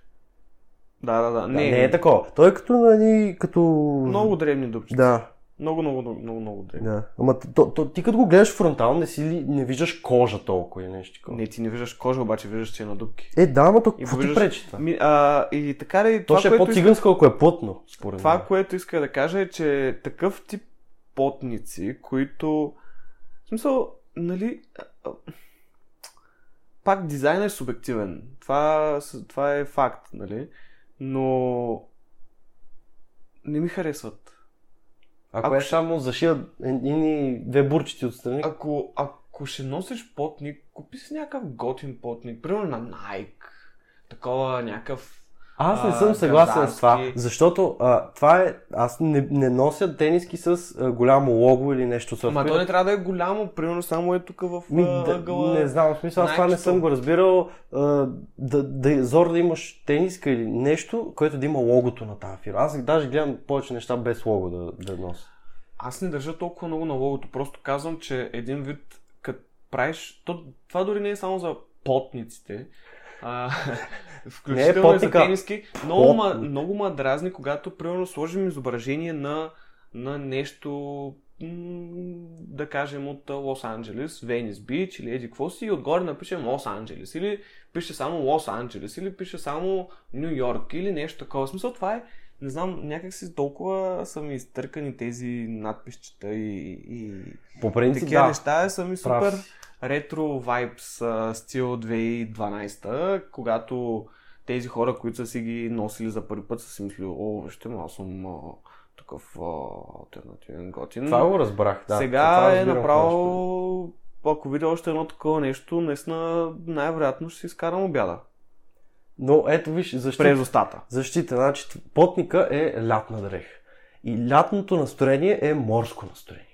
[SPEAKER 2] Да, да, да.
[SPEAKER 1] Да, не е такова. Той е като на ни, като...
[SPEAKER 2] Много древни дупчици.
[SPEAKER 1] Да,
[SPEAKER 2] Много, много, много, много, много древни.
[SPEAKER 1] да. Ама т- то, то, ти като го гледаш фронтално, не си ли, не виждаш кожа толкова или нещо такова.
[SPEAKER 2] Не, ти не виждаш кожа, обаче виждаш, че е на дупки.
[SPEAKER 1] Е, да, ама то какво ти
[SPEAKER 2] виждаш-
[SPEAKER 1] пречи това?
[SPEAKER 2] Ми, а, и така ли,
[SPEAKER 1] То
[SPEAKER 2] това,
[SPEAKER 1] ще е
[SPEAKER 2] което, иска,
[SPEAKER 1] по-циганско, ако е плътно, според
[SPEAKER 2] това,
[SPEAKER 1] мен.
[SPEAKER 2] което иска да кажа е, че такъв тип потници, които... В смисъл, нали... а, а, Пак дизайнът е субективен. Това, с- това е факт, нали? Но... Не ми харесват.
[SPEAKER 1] Ако,
[SPEAKER 2] ако
[SPEAKER 1] е само зашия едни две бурчици отстрани,
[SPEAKER 2] Ако, ако ще носиш потник, купи си някакъв готин потник, примерно на Nike. Такова някакъв
[SPEAKER 1] Аз не
[SPEAKER 2] а,
[SPEAKER 1] съм съгласен с това,
[SPEAKER 2] граждански.
[SPEAKER 1] защото а, това е. Аз не, не нося тениски с а, голямо лого или нещо съвпи.
[SPEAKER 2] Ма то не трябва да е голямо, примерно само е тук в
[SPEAKER 1] Ми,
[SPEAKER 2] а,
[SPEAKER 1] да,
[SPEAKER 2] ъгъла.
[SPEAKER 1] Не знам, в смисъл, аз това не
[SPEAKER 2] Найчето.
[SPEAKER 1] съм го разбирал. А, да, да, зор да имаш тениска или нещо, което да има логото на тази фирма. Аз даже гледам повече неща без лого да, да нося.
[SPEAKER 2] Аз не държа толкова много на логото, просто казвам, че един вид, като правиш, то, това дори не е само за потниците, а, *laughs*
[SPEAKER 1] Не е
[SPEAKER 2] включително и за
[SPEAKER 1] потника.
[SPEAKER 2] тениски. Много, ма,
[SPEAKER 1] Потник.
[SPEAKER 2] много ма дразни, когато примерно сложим изображение на, на нещо м, да кажем от Лос Анджелес, Венис Бич или еди какво си и отгоре напишем Лос Анджелес или пише само Лос Анджелес или пише само Нью Йорк или нещо такова. В смисъл това е, не знам, някакси толкова са ми изтъркани тези надписчета и, и,
[SPEAKER 1] По принцип,
[SPEAKER 2] такива
[SPEAKER 1] да.
[SPEAKER 2] неща е, са ми
[SPEAKER 1] Прав
[SPEAKER 2] супер
[SPEAKER 1] си.
[SPEAKER 2] ретро вайбс а, стил 2012, когато тези хора, които са си ги носили за първи път, са си мислили, о, вижте, ма, аз съм а, такъв а, альтернативен готин.
[SPEAKER 1] Това го разбрах, да. Това
[SPEAKER 2] Сега е
[SPEAKER 1] разбирам какво ще-
[SPEAKER 2] направо, ако видя още едно такова нещо, наистина най-вероятно ще си изкарам обяда.
[SPEAKER 1] Но ето виж, защита.
[SPEAKER 2] През устата.
[SPEAKER 1] Защита, значи потника е лятна дреха. И лятното настроение е морско настроение.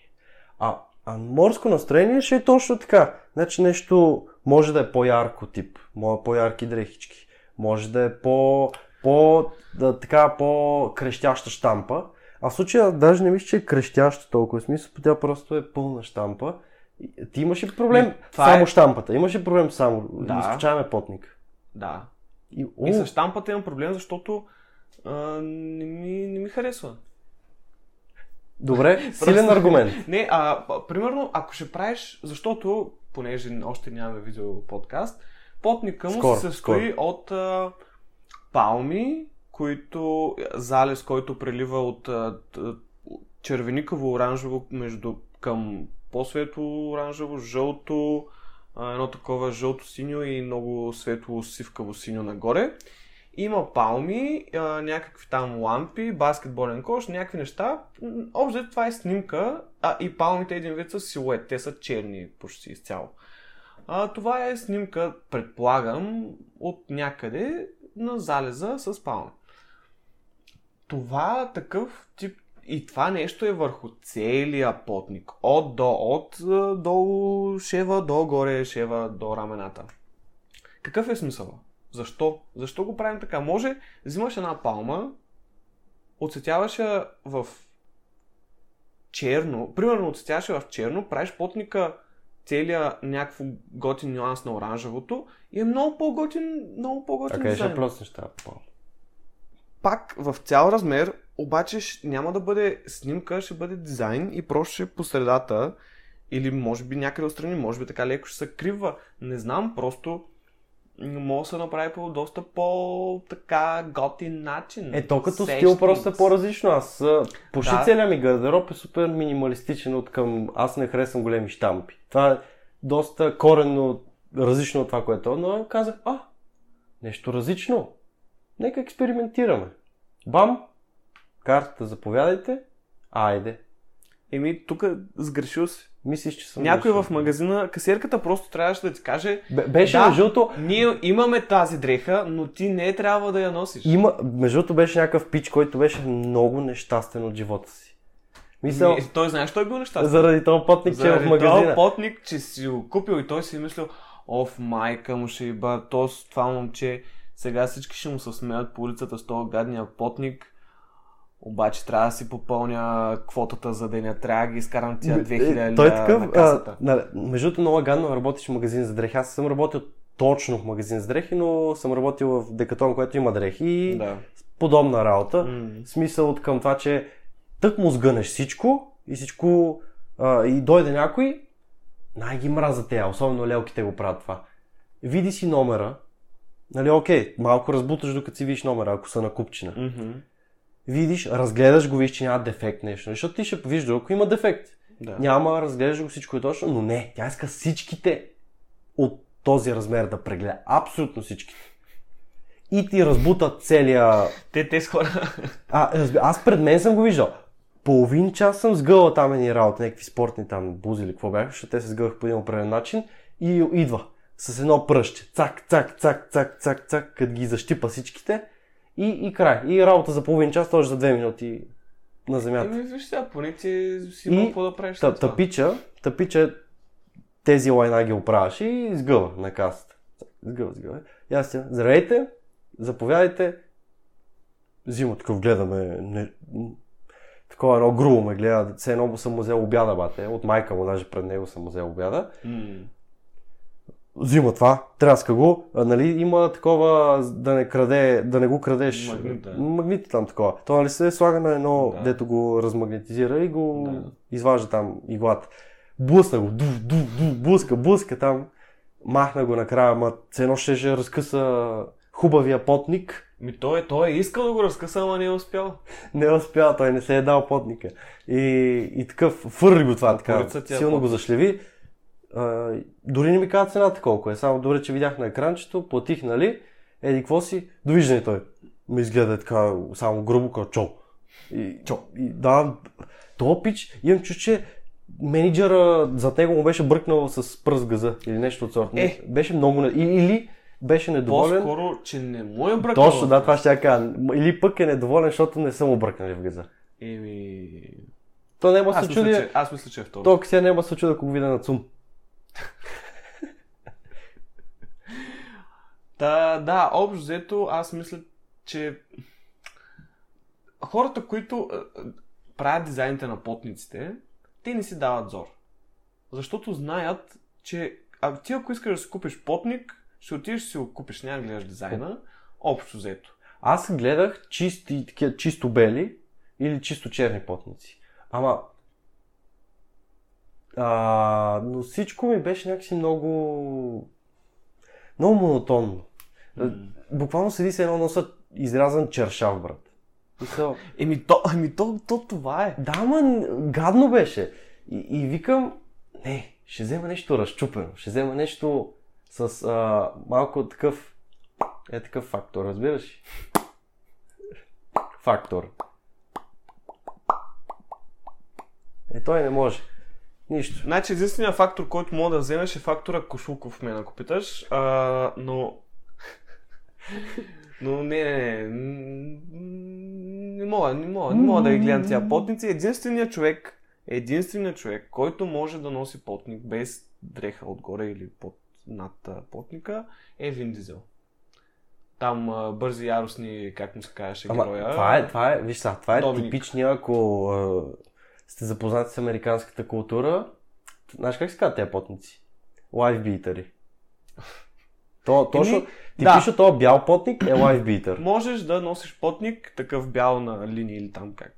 [SPEAKER 1] А, а морско настроение ще е точно така. Значи нещо може да е по-ярко тип, мо- по-ярки дрехички, може да е по, по да, така по-крещяща штампа. А в случая даже не мисля, че е крещяща толкова в смисъл, тя просто е пълна штампа. И- Ти имаше проблем
[SPEAKER 2] Не, това
[SPEAKER 1] само
[SPEAKER 2] е-
[SPEAKER 1] штампата, имаше проблем само,
[SPEAKER 2] Да.
[SPEAKER 1] да. изключаваме потник.
[SPEAKER 2] Да.
[SPEAKER 1] И,
[SPEAKER 2] И
[SPEAKER 1] о,
[SPEAKER 2] с штампата имам проблем, защото а, не, ми, не ми харесва. *laughs*
[SPEAKER 1] Добре,
[SPEAKER 2] Просто-
[SPEAKER 1] силен аргумент.
[SPEAKER 2] Не, а, п- примерно, ако ще правиш, защото, понеже още нямаме видеоподкаст, потника му
[SPEAKER 1] Скоро,
[SPEAKER 2] се състои от а, палми, които, залез, който прелива от а, т- червеникаво-оранжево между към по-светло оранжево, жълто, а, едно такова жълто-синьо и много светло сивкаво синьо нагоре. Има палми, а, някакви там лампи, баскетболен кош, някакви неща. М, Общо взето това е снимка, а и палмите един вид са силует, те са черни почти изцяло. А, това е снимка, предполагам, от някъде на залеза с палми. Това такъв тип и това нещо е върху целия потник. От до, от а, долу шева, до горе шева, до рамената. Какъв е смисъл? Защо? Защо го правим така? Може, взимаш една палма, оцетяваш я в черно, примерно оцетяваш я в черно, правиш потника целия някакво готин нюанс на оранжевото и е много по-готин, много по-готин
[SPEAKER 1] А къде ще
[SPEAKER 2] дизайн.
[SPEAKER 1] плъснеш тази палма?
[SPEAKER 2] пак в цял размер, обаче щ- няма да бъде снимка, ще бъде дизайн и просто ще е по средата или може би някъде отстрани, може би така леко ще се крива. Не знам, просто м, може да се направи по доста по така готин начин.
[SPEAKER 1] Е, то като
[SPEAKER 2] Сещни.
[SPEAKER 1] стил просто е по-различно. Аз а, почти
[SPEAKER 2] Да.
[SPEAKER 1] целият ми гардероб е супер минималистичен от към аз не харесвам големи штампи. Това е доста коренно различно от това, което е, но казах, а, нещо различно. Нека експериментираме. Бам, картата, заповядайте. Айде.
[SPEAKER 2] Еми, тук сгрешил си.
[SPEAKER 1] Мислиш, че съм...
[SPEAKER 2] Някой
[SPEAKER 1] грешен.
[SPEAKER 2] в магазина, касиерката просто трябваше да ти каже,
[SPEAKER 1] Бе- Беше
[SPEAKER 2] Да.
[SPEAKER 1] да. жълто,
[SPEAKER 2] ние имаме тази дреха, но ти не трябва да я носиш.
[SPEAKER 1] има, между другото беше някакъв пич, който беше много нещастен от живота си. Мисля,
[SPEAKER 2] Е, Той знаеш, той бил нещастен.
[SPEAKER 1] заради този пътник, че е в
[SPEAKER 2] Заради този
[SPEAKER 1] магазина.
[SPEAKER 2] потник, че си го купил и той си е мислил, оф, майка му ще иба, то с това момче, сега всички ще му се смеят по улицата с този гадния потник. Обаче трябва да си попълня квотата за деня, трябва да ги изкарам тия
[SPEAKER 1] Е,
[SPEAKER 2] 2000
[SPEAKER 1] Той е
[SPEAKER 2] на
[SPEAKER 1] такъв.
[SPEAKER 2] касата.
[SPEAKER 1] а, на- Между другото, много гадно работиш в магазин за дрехи. Аз съм работил точно в магазин за дрехи, но съм работил в Декатон, което има дрехи и
[SPEAKER 2] Да.
[SPEAKER 1] подобна работа.
[SPEAKER 2] М.
[SPEAKER 1] В смисъл от към това, че тък му сгънеш всичко и всичко а, и дойде някой, най ги мраза те, особено лелките го правят това. Види си номера, нали, окей, малко разбуташ докато си видиш номера, ако са на купчина
[SPEAKER 2] Мгм.
[SPEAKER 1] видиш, разгледаш го, виж, че няма дефект нещо. Защото ти ще виждаш, ако има дефект.
[SPEAKER 2] Да.
[SPEAKER 1] Няма, разглеждаш го всичко е точно, но не, тя иска всичките от този размер да прегледа. Абсолютно всичките. И ти разбута целия...
[SPEAKER 2] Те, те с хора.
[SPEAKER 1] А, разби... аз пред мен съм го виждал. Половин час съм сгъла там едни работи, някакви спортни там бузи или какво бяха, защото те се сгъвах по един определен начин и идва с едно пръще. Цак, цак, цак, цак, цак, цак, като ги защипа всичките и, и край. И работа за половин час, тоже за две минути на земята.
[SPEAKER 2] Еми, виж сега, поне ти си
[SPEAKER 1] И
[SPEAKER 2] имал какво да правиш.
[SPEAKER 1] Та,
[SPEAKER 2] след това.
[SPEAKER 1] тъпича, тъпича тези лайна ги оправяше и сгъва на касата. Сгъва, сгъва. И аз тя, здравейте, заповядайте. Взима такъв, гледаме. Не, м, такова едно грубо ме гледа. Все едно съм му взел обяда, бате. От майка му даже пред него съм му взел обяда.
[SPEAKER 2] М.
[SPEAKER 1] взима това, траска го, а, нали, има такова да не краде, да не го крадеш.
[SPEAKER 2] Магнит, да.
[SPEAKER 1] Магнити там такова. То нали се слага на едно,
[SPEAKER 2] е. Да.
[SPEAKER 1] дето го размагнетизира и го
[SPEAKER 2] Да.
[SPEAKER 1] изважда там иглата. Блъсна го, ду, ду, ду, блъска, блъска там. Махна го накрая, ма все едно ще, ще разкъса хубавия потник.
[SPEAKER 2] Ми той, той е искал да го разкъса, ама не е успял.
[SPEAKER 1] Не е успял, той не се е дал потника. И, и такъв, фърли го това така,
[SPEAKER 2] Покорица ти е
[SPEAKER 1] силно
[SPEAKER 2] потник.
[SPEAKER 1] го зашлеви. А, дори не ми каза цената колко е, само добре, че видях на екранчето, платих, нали, еди, какво си, довиждане той. Ме изгледа така, само грубо, като чо. И,
[SPEAKER 2] Чо.
[SPEAKER 1] И, да, то пич, имам чу, че менеджера за него му беше бръкнал с пръст в газа или нещо от сорта.
[SPEAKER 2] Е.
[SPEAKER 1] Беше много, не... и- или беше недоволен.
[SPEAKER 2] По-скоро, че не му е бръкнал.
[SPEAKER 1] Точно, да, това ще я кажа. Или пък е недоволен, защото не са му бръкнали в газа.
[SPEAKER 2] Еми...
[SPEAKER 1] То няма
[SPEAKER 2] Аз
[SPEAKER 1] се
[SPEAKER 2] мисля,
[SPEAKER 1] чуди.
[SPEAKER 2] че, аз мисля, че е второ.
[SPEAKER 1] То сега няма се чуди, ако го видя на ЦУМ.
[SPEAKER 2] Та, да, общо взето, аз мисля, че хората, които а, а, правят дизайните на потниците, те не си дават зор. Защото знаят, че а ти ако искаш да си купиш потник, ще отидеш и си го купиш, няма да гледаш дизайна, общо взето.
[SPEAKER 1] Аз гледах чисти, такива, чисто бели или чисто черни потници. Ама... А, но всичко ми беше някакси много... Много монотонно. М. Буквално седи с едно носа изрязан чершав, брат. Мисъл,
[SPEAKER 2] Еми то, еми то, то това е.
[SPEAKER 1] Да, ма, н- гадно беше. И, и викам, не, ще взема нещо разчупено, ще взема нещо с а, малко такъв, е такъв фактор, разбираш? ли? Фактор. Е, той не може. Нищо.
[SPEAKER 2] Значи единственият фактор, който мога да вземеш е фактора Кошулков мен, ако питаш, а, но... *laughs* но не, не, не, м, не мога, не мога, не мога да ги гледам тия потници. Единственият човек, единственият човек, който може да носи потник без дреха отгоре или под, над а, потника, е Вин Дизел. Там а, бързи яростни, как му се казваше
[SPEAKER 1] Ама,
[SPEAKER 2] героя.
[SPEAKER 1] това е, това е, виж сега, това е
[SPEAKER 2] Доминик.
[SPEAKER 1] типичния, ако а, сте запознати с американската култура, знаеш как се казват тези потници? Лайфбитъри. То, точно,
[SPEAKER 2] Еми, да.
[SPEAKER 1] типично този бял потник е лайфбитър.
[SPEAKER 2] Можеш да носиш потник, такъв бял на линия или там как,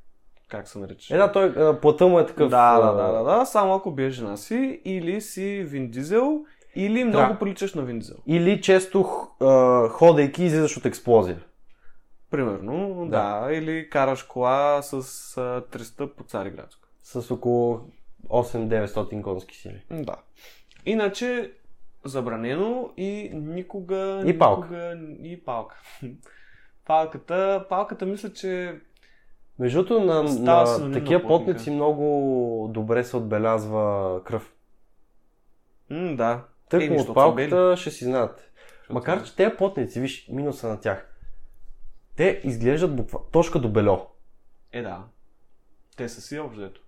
[SPEAKER 2] как се нарича.
[SPEAKER 1] Е, да, той, а, плътта му е такъв.
[SPEAKER 2] Да, да,
[SPEAKER 1] а,
[SPEAKER 2] да, да, да, само ако биеш жена си или си Вин Дизел, или много
[SPEAKER 1] Да.
[SPEAKER 2] приличаш на Вин Дизел.
[SPEAKER 1] Или често х- а, ходейки излизаш от експлозия.
[SPEAKER 2] Примерно, да.
[SPEAKER 1] Да.
[SPEAKER 2] или караш кола с а, 300 по Цариградско.
[SPEAKER 1] С около 8-900 конски сили.
[SPEAKER 2] М, Да. Иначе, забранено и никога...
[SPEAKER 1] И палка.
[SPEAKER 2] Никога, и палка. *laughs* Палката, палката мисля, че
[SPEAKER 1] Между другото, на,
[SPEAKER 2] Става
[SPEAKER 1] на
[SPEAKER 2] синоним на
[SPEAKER 1] такива
[SPEAKER 2] потника.
[SPEAKER 1] потници много добре се отбелязва кръв.
[SPEAKER 2] м, да. Е,
[SPEAKER 1] Тъкмо
[SPEAKER 2] нищо,
[SPEAKER 1] от
[SPEAKER 2] това са
[SPEAKER 1] палката ще си знаят.
[SPEAKER 2] Защото-
[SPEAKER 1] Макар, че те потници, виж, минуса на тях. Те изглеждат буква, точка до бельо.
[SPEAKER 2] Е, да. Те са си обжето.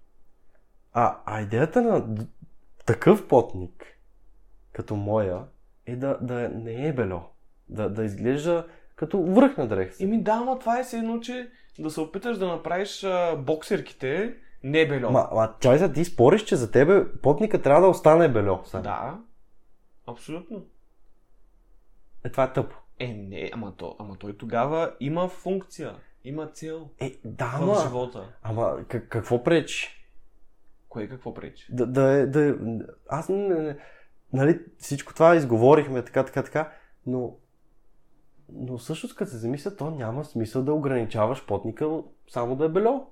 [SPEAKER 1] А, а идеята на д- такъв потник, като моя, е да, да не е бельо. Да, да изглежда като връх на дрех.
[SPEAKER 2] Ими да, ама това е се едно, че да се опиташ да направиш а, боксерките не бельо.
[SPEAKER 1] Ма, ма чай сега, ти спориш, че за тебе потника трябва да остане бельо. Само.
[SPEAKER 2] Да. Абсолютно.
[SPEAKER 1] Е, това е тъпо.
[SPEAKER 2] Е, не, ама, то, ама той тогава има функция, има цел
[SPEAKER 1] Е, да,
[SPEAKER 2] в
[SPEAKER 1] ама,
[SPEAKER 2] живота.
[SPEAKER 1] ама как, какво пречи?
[SPEAKER 2] Кое какво пречи?
[SPEAKER 1] Да, да, е- да, е- аз, не, не, нали, всичко това изговорихме, така, така, така, но, но всъщност, като се замисля, то няма смисъл да ограничаваш потника само да е бельо.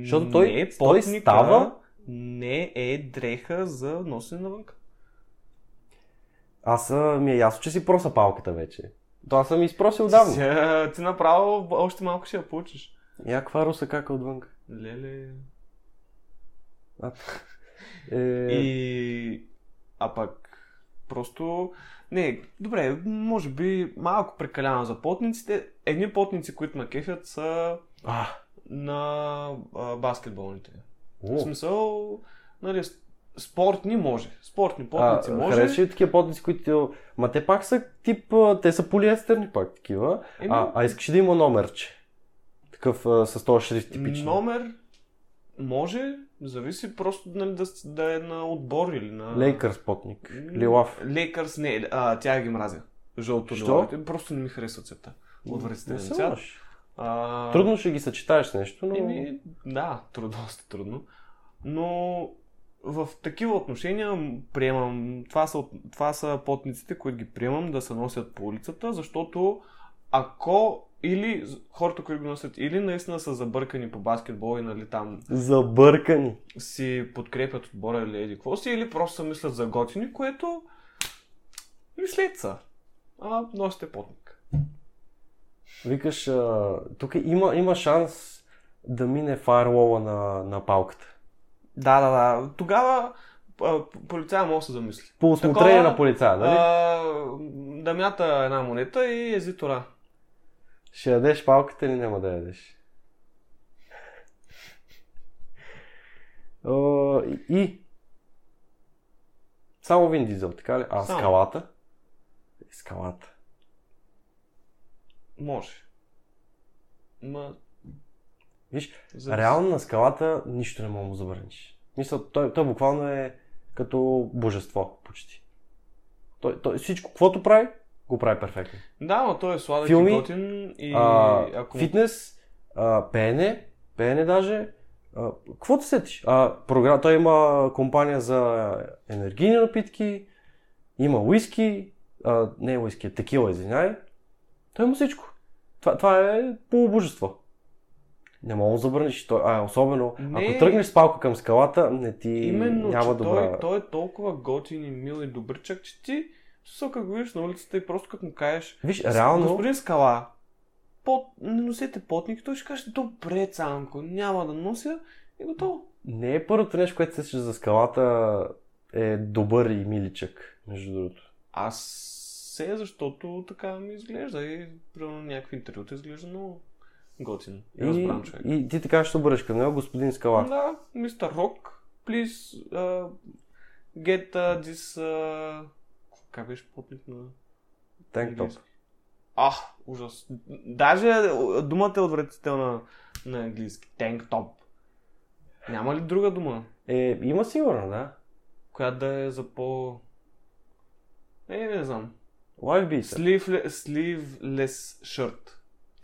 [SPEAKER 1] Защото той-
[SPEAKER 2] не,
[SPEAKER 1] той
[SPEAKER 2] потника
[SPEAKER 1] става-
[SPEAKER 2] Не е дреха за носене навънка.
[SPEAKER 1] Аз а, ми е ясно, че си проса палката вече. То аз съм изпросил давно.
[SPEAKER 2] Ся, ти направо още малко ще я получиш.
[SPEAKER 1] Я каква руса кака отвън.
[SPEAKER 2] Леле.
[SPEAKER 1] Е,
[SPEAKER 2] И... А пък... Просто... Не, добре, може би малко прекалявам за потниците. Едни потници, които ме кефят, са
[SPEAKER 1] А,
[SPEAKER 2] на а, баскетболните.
[SPEAKER 1] о,
[SPEAKER 2] В смисъл, нали, с- спортни може. Спортни
[SPEAKER 1] а,
[SPEAKER 2] потници може.
[SPEAKER 1] харесваш ли такива потници, които... Ма те пак са тип... а, Те са полиестерни пак такива.
[SPEAKER 2] Еми,
[SPEAKER 1] А, а искаш да има номерче. Такъв а, с този шрифт типичен.
[SPEAKER 2] номер Може, зависи просто нали, да, с- да е на отбор или на...
[SPEAKER 1] Лейкър спотник. Лилав.
[SPEAKER 2] Лекърс, не, а, тя ги мразя. Жълто
[SPEAKER 1] Що?
[SPEAKER 2] лилавите. Просто не ми харесва цвета. Отвратителен
[SPEAKER 1] Не се
[SPEAKER 2] цвят.
[SPEAKER 1] лъж.
[SPEAKER 2] А,
[SPEAKER 1] Трудно ще ги съчетаеш с нещо, но...
[SPEAKER 2] Еми, да, трудно, *laughs* доста трудно. Но в такива отношения м, приемам. Това са, от- това са потниците, които ги приемам да се носят по улицата, защото ако или з- хората, които го носят, или наистина са забъркани по баскетбол и нали там
[SPEAKER 1] Забъркани.
[SPEAKER 2] си подкрепят отбора или еди какво си, или просто се мислят за готини, което мислят са. А носите потник.
[SPEAKER 1] Викаш, а, тук има, има шанс да мине фаерлола на, на палката.
[SPEAKER 2] Да, да, да. Тогава а, полицая може да се замисли.
[SPEAKER 1] По осмотрение
[SPEAKER 2] Такова,
[SPEAKER 1] на полицая, нали?
[SPEAKER 2] А, да мята една монета и ези тора.
[SPEAKER 1] Ще ядеш палката или няма да ядеш? О, и- и... Само Вин Дизел, така ли? А
[SPEAKER 2] Само.
[SPEAKER 1] скалата? Скалата.
[SPEAKER 2] Може. Ма...
[SPEAKER 1] Виж,
[SPEAKER 2] за-
[SPEAKER 1] Реално на скалата нищо не мога да му забраниш. Мисля, той, той буквално е като божество, почти. Той, той всичко, каквото прави, го прави перфектно.
[SPEAKER 2] Да, но той е сладък
[SPEAKER 1] Филми,
[SPEAKER 2] и готин и
[SPEAKER 1] а,
[SPEAKER 2] ако...
[SPEAKER 1] Фитнес, а, пеене, пеене даже. А, какво да сетиш? А, програ... Той има компания за енергийни напитки, има уиски, а, не е уиски, а текила, извинявай. Той има всичко. Това, това е полубожество. Не мога да забраниш. Той, а, особено,
[SPEAKER 2] Не.
[SPEAKER 1] ако тръгнеш с палка към скалата, не ти
[SPEAKER 2] Именно,
[SPEAKER 1] няма
[SPEAKER 2] че
[SPEAKER 1] добра...
[SPEAKER 2] той, той е толкова готин и мил и добричък, че ти сока го видиш на улицата и просто като му кажеш
[SPEAKER 1] Виж, Е, реално...
[SPEAKER 2] Господин Скала, пот... не носете потник, той ще каже, добре, Цанко, няма да нося и готово.
[SPEAKER 1] Не е първото нещо, което се сещаш за скалата е добър и миличък, между другото.
[SPEAKER 2] Аз се, защото така ми изглежда и примерно някакви интервюта изглежда много готин. И разбран Е, човек.
[SPEAKER 1] и ти така ще се обърнеш към него, господин Скала.
[SPEAKER 2] Да, мистер Рок, please uh, get uh, this... Uh, как беше потник на...
[SPEAKER 1] Тенк топ.
[SPEAKER 2] английски? Ах, ужас. Даже а, думата е отвратителна на английски. Tank top. Няма ли друга дума,
[SPEAKER 1] Е, има сигурно, да.
[SPEAKER 2] която да е за по... Е, не знам.
[SPEAKER 1] Лайв бийта.
[SPEAKER 2] Sleeveless, sleeveless shirt.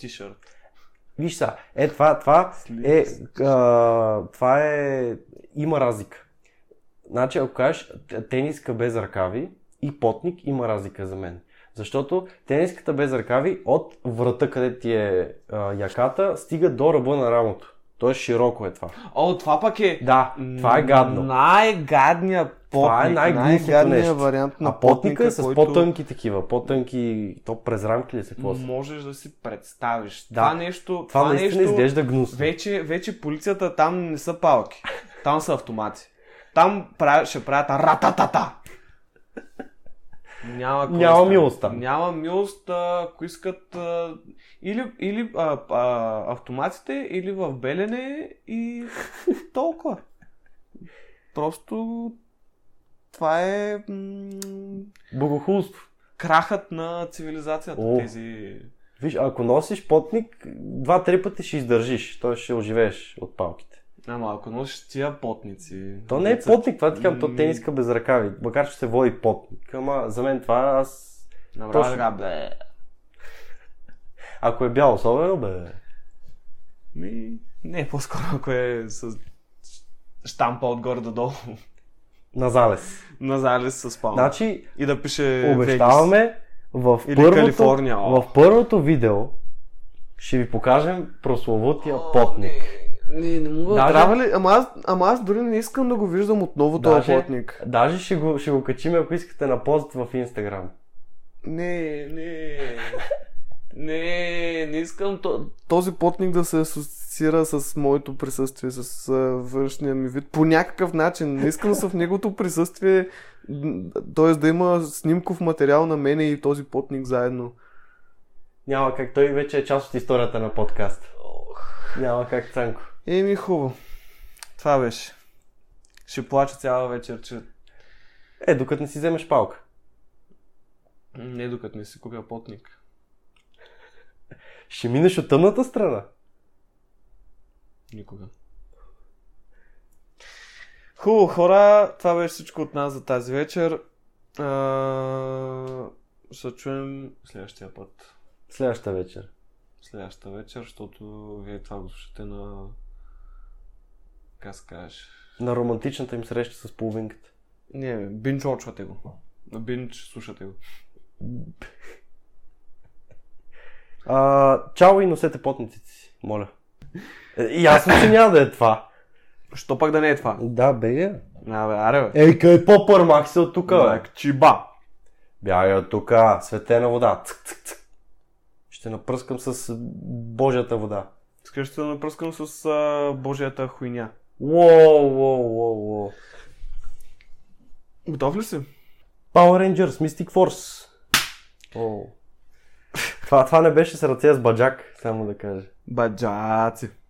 [SPEAKER 2] T-shirt.
[SPEAKER 1] Виж са, е това, това е, а, това е, има разлика. Значи, ако кажеш т- тениска без ръкави и потник, има разлика за мен. Защото тениската без ръкави от врата, къде ти е а, яката, стига до ръба на рамото. Тоест широко е това.
[SPEAKER 2] О, това пък е...
[SPEAKER 1] Да, това е гадно.
[SPEAKER 2] Най-гадният потник.
[SPEAKER 1] Това е най-гнусното
[SPEAKER 2] най-гадният
[SPEAKER 1] нещо.
[SPEAKER 2] вариант на
[SPEAKER 1] А потника е с
[SPEAKER 2] който
[SPEAKER 1] по-тънки такива, по-тънки, то през рамки ли се какво са?
[SPEAKER 2] Можеш да си представиш.
[SPEAKER 1] Да.
[SPEAKER 2] Това нещо...
[SPEAKER 1] Това
[SPEAKER 2] Това,
[SPEAKER 1] наистина
[SPEAKER 2] нещо...
[SPEAKER 1] изглежда гнусно.
[SPEAKER 2] Вече, вече полицията там не са палки. Там са автомати. Там пра... ще правят рататата. Няма, кой
[SPEAKER 1] Няма
[SPEAKER 2] да стане.
[SPEAKER 1] милост там.
[SPEAKER 2] Няма милост, а, ако искат а, или, или а, а, автоматите, или в белене и *laughs* толкова. Просто това е м-
[SPEAKER 1] Богохулство.
[SPEAKER 2] крахът на цивилизацията.
[SPEAKER 1] О.
[SPEAKER 2] Тези...
[SPEAKER 1] Виж, ако носиш потник, два-три пъти ще издържиш, той ще оживееш от палките.
[SPEAKER 2] Ама ако носиш тия потници...
[SPEAKER 1] То не е
[SPEAKER 2] деца-
[SPEAKER 1] потник, това ти казвам, то
[SPEAKER 2] М.
[SPEAKER 1] тениска без ръкави, макар че се води потник. Ама за мен това аз...
[SPEAKER 2] Направо
[SPEAKER 1] Точно.
[SPEAKER 2] така, бе.
[SPEAKER 1] Ако е бял особено, бе...
[SPEAKER 2] Ми... Не, по-скоро ако е с штампа отгоре до долу *laughs*
[SPEAKER 1] На залез.
[SPEAKER 2] на залез с палма.
[SPEAKER 1] Значи,
[SPEAKER 2] И да пише е, Вегас.
[SPEAKER 1] обещаваме в
[SPEAKER 2] Или
[SPEAKER 1] първото,
[SPEAKER 2] Калифорния. О.
[SPEAKER 1] в първото видео ще ви покажем прословутия потник.
[SPEAKER 2] Не, не, не мога.
[SPEAKER 1] Даже-
[SPEAKER 2] Трябва ли? Ама аз, ама аз дори не искам да го виждам отново този
[SPEAKER 1] Даже-
[SPEAKER 2] плотник.
[SPEAKER 1] Даже ще го, ще го качим, ако искате на пост в Инстаграм.
[SPEAKER 2] Не, не. Не, не искам то... този потник да се асоциира с моето присъствие, с а, външния ми вид. По някакъв начин. Не искам да съм в неговото присъствие, м, т.е. да има снимков материал на мене и този потник заедно.
[SPEAKER 1] Няма как, той вече е част от историята на подкаста. Няма как, Цанко.
[SPEAKER 2] Еми, хубаво. Това беше. Ще плача цяла вечер, че...
[SPEAKER 1] Е, докато не си вземеш палка.
[SPEAKER 2] Не, докато не си купя потник.
[SPEAKER 1] Ще минеш от тъмната страна.
[SPEAKER 2] Никога. Хубаво хора, това беше всичко от нас за тази вечер. А, ще се чуем следващия път.
[SPEAKER 1] Следващата вечер.
[SPEAKER 2] следващата вечер, защото вие това го слушате на... Как се кажеш?
[SPEAKER 1] На романтичната им среща с половинката.
[SPEAKER 2] Не, бе, бинч очвате го. На бинч слушате го.
[SPEAKER 1] А, чао и носете потниците си, моля. Е, Ясно, че няма да е това.
[SPEAKER 2] Що пак да не е това?
[SPEAKER 1] Да, бега.
[SPEAKER 2] А, бе, аре бе.
[SPEAKER 1] Ей, къде по-пърмах се от тук, бе?
[SPEAKER 2] Майк, чиба.
[SPEAKER 1] Бягай от тука, светена вода. Цък, цък, цък. Ще напръскам с Божията вода.
[SPEAKER 2] Искаш да напръскам с а, божията хуйня.
[SPEAKER 1] Уоу, уоу, уоу, уоу.
[SPEAKER 2] Готов ли си?
[SPEAKER 1] Power Rangers, Mystic Force. Оу. Това, това не беше с ръце с баджак, само да кажа.
[SPEAKER 2] Баджаци.